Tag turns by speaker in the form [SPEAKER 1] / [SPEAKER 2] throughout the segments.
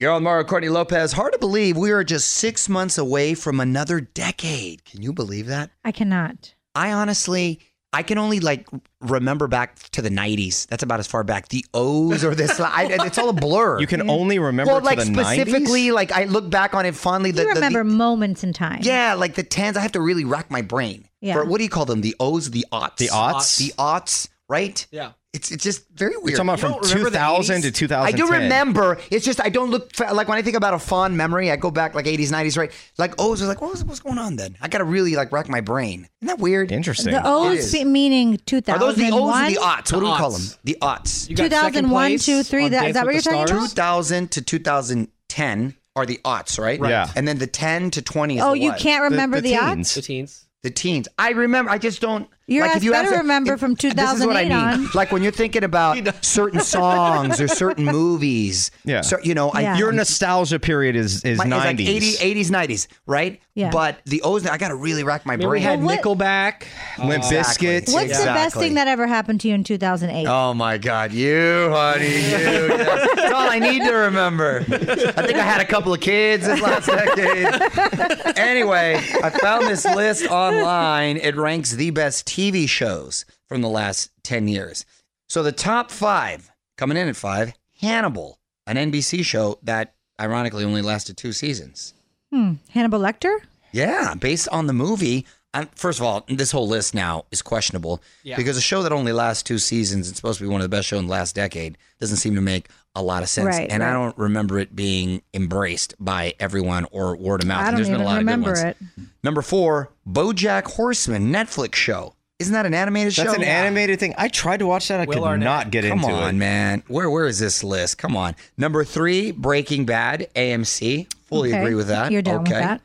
[SPEAKER 1] You're on Mario Courtney Lopez. Hard to believe we are just six months away from another decade. Can you believe that?
[SPEAKER 2] I cannot.
[SPEAKER 1] I honestly, I can only like remember back to the 90s. That's about as far back. The O's or this, I, it's all a blur.
[SPEAKER 3] You can only remember
[SPEAKER 1] well,
[SPEAKER 3] to
[SPEAKER 1] like
[SPEAKER 3] the 90s?
[SPEAKER 1] specifically, like I look back on it fondly. The,
[SPEAKER 2] you
[SPEAKER 1] the- the-
[SPEAKER 2] remember moments in time.
[SPEAKER 1] yeah, like the tens. I have to really rack my brain.
[SPEAKER 2] Yeah.
[SPEAKER 1] For- what do you call them? The O's, the aughts.
[SPEAKER 3] The aughts?
[SPEAKER 1] The aughts, right?
[SPEAKER 4] Yeah.
[SPEAKER 1] It's, it's just very weird.
[SPEAKER 3] You're talking about
[SPEAKER 4] You
[SPEAKER 3] from
[SPEAKER 4] don't remember the
[SPEAKER 3] 2000 to
[SPEAKER 4] 80s?
[SPEAKER 3] 2010.
[SPEAKER 1] I do remember. It's just I don't look like when I think about a fond memory, I go back like 80s, 90s, right? Like O's was like, what was what's going on then? I gotta really like rack my brain. Isn't that weird?
[SPEAKER 3] Interesting.
[SPEAKER 2] The uh,
[SPEAKER 1] is.
[SPEAKER 2] O's be- meaning
[SPEAKER 1] Are
[SPEAKER 2] 2001.
[SPEAKER 1] those the O's or the aughts? What do we
[SPEAKER 4] The
[SPEAKER 1] call them?
[SPEAKER 4] aughts.
[SPEAKER 1] The aughts.
[SPEAKER 4] You got second
[SPEAKER 2] 2001,
[SPEAKER 4] place
[SPEAKER 2] two, three,
[SPEAKER 4] on
[SPEAKER 2] that- is
[SPEAKER 4] Dance
[SPEAKER 2] that
[SPEAKER 4] with
[SPEAKER 2] what
[SPEAKER 4] the
[SPEAKER 2] you're talking
[SPEAKER 4] Stars?
[SPEAKER 1] 2000 to 2010 are the aughts, right?
[SPEAKER 3] Right. Yeah.
[SPEAKER 1] And then the 10 to 20 is
[SPEAKER 2] Oh,
[SPEAKER 1] the
[SPEAKER 2] you
[SPEAKER 1] what?
[SPEAKER 2] can't remember the, odds?
[SPEAKER 3] teens.
[SPEAKER 4] The teens.
[SPEAKER 1] The teens. I remember. I just don't.
[SPEAKER 2] Your
[SPEAKER 1] like
[SPEAKER 2] ass
[SPEAKER 1] if you
[SPEAKER 2] better
[SPEAKER 1] ask-
[SPEAKER 2] remember
[SPEAKER 1] if-
[SPEAKER 2] from
[SPEAKER 1] This is what I
[SPEAKER 2] 2008
[SPEAKER 1] mean.
[SPEAKER 2] on.
[SPEAKER 1] Like when you're thinking about certain songs or certain movies.
[SPEAKER 3] Yeah.
[SPEAKER 1] So you know, I,
[SPEAKER 2] Yeah.
[SPEAKER 3] Your nostalgia period is, is
[SPEAKER 1] My-
[SPEAKER 3] 90s.
[SPEAKER 1] It's like 80, 80s, 90s, right?
[SPEAKER 2] Yeah.
[SPEAKER 1] But the O's, I got to really rack my
[SPEAKER 4] Remember
[SPEAKER 1] brain.
[SPEAKER 4] we had
[SPEAKER 2] what-
[SPEAKER 4] Nickelback.
[SPEAKER 3] Limp Bizkit.
[SPEAKER 2] What's the best
[SPEAKER 1] Exactly.
[SPEAKER 2] thing that ever happened to you in 2008?
[SPEAKER 1] Oh my God, you, honey, you. yes. That's all I need to remember. I think I had a couple of kids this last decade. anyway, I found this list online. It ranks the best TV shows from the last 10 years. So the top five, coming in at five Hannibal, an NBC show that ironically only lasted two seasons.
[SPEAKER 2] Hmm. Hannibal Lecter?
[SPEAKER 1] Yeah, based on the movie. i first of all, this whole list now is questionable
[SPEAKER 4] Yeah.
[SPEAKER 1] because a show that only lasts two seasons and supposed to be one of the best shows in the last decade doesn't seem to make a lot of sense.
[SPEAKER 2] Right,
[SPEAKER 1] and I
[SPEAKER 2] right.
[SPEAKER 1] don't remember it being embraced by everyone or word of mouth.
[SPEAKER 2] I
[SPEAKER 1] and
[SPEAKER 2] don't
[SPEAKER 1] there's
[SPEAKER 2] even
[SPEAKER 1] been a lot
[SPEAKER 2] remember
[SPEAKER 1] of good ones.
[SPEAKER 2] it.
[SPEAKER 1] Number four, BoJack Horseman Netflix show. Isn't that an animated show?
[SPEAKER 3] That's an animated thing. I tried to watch that. I
[SPEAKER 4] Will
[SPEAKER 3] could
[SPEAKER 4] Arnett.
[SPEAKER 3] not get
[SPEAKER 1] Come
[SPEAKER 3] into
[SPEAKER 1] on,
[SPEAKER 3] it.
[SPEAKER 1] man. Where where is this list? Come on. Number three, Breaking Bad, AMC. Fully
[SPEAKER 2] Okay.
[SPEAKER 1] agree with that.
[SPEAKER 2] You're down
[SPEAKER 1] okay.
[SPEAKER 2] with that.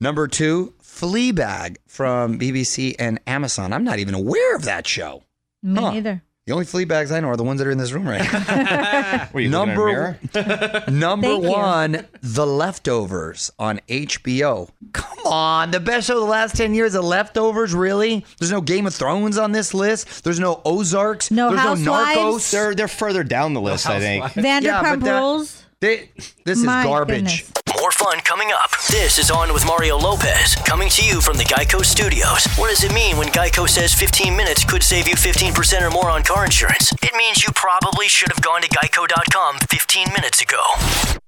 [SPEAKER 1] Number two, Fleabag from BBC and Amazon. I'm not even aware of that show.
[SPEAKER 2] Me
[SPEAKER 1] Huh.
[SPEAKER 2] neither.
[SPEAKER 1] The only Fleabags I know are the ones that are in this room right now.
[SPEAKER 3] Were you looking in a
[SPEAKER 1] number
[SPEAKER 3] mirror?
[SPEAKER 1] number
[SPEAKER 2] Thank you.
[SPEAKER 1] one, The Leftovers on HBO. Come on, the best show of the last ten years, The Leftovers. Really? There's no Game of Thrones on this list. There's no Ozarks.
[SPEAKER 2] No
[SPEAKER 1] There's
[SPEAKER 2] Housewives.
[SPEAKER 1] no Narcos.
[SPEAKER 3] They're they're further down the list, I think.
[SPEAKER 2] Vanderpump
[SPEAKER 1] Yeah, but that-
[SPEAKER 2] Rules?
[SPEAKER 1] They- this is
[SPEAKER 2] My
[SPEAKER 1] garbage.
[SPEAKER 2] goodness.
[SPEAKER 5] More fun coming up. This is On with Mario Lopez, coming to you from the Geico Studios. What does it mean when Geico says 15 minutes could save you 15% or more on car insurance? It means you probably should have gone to geico.com 15 minutes ago.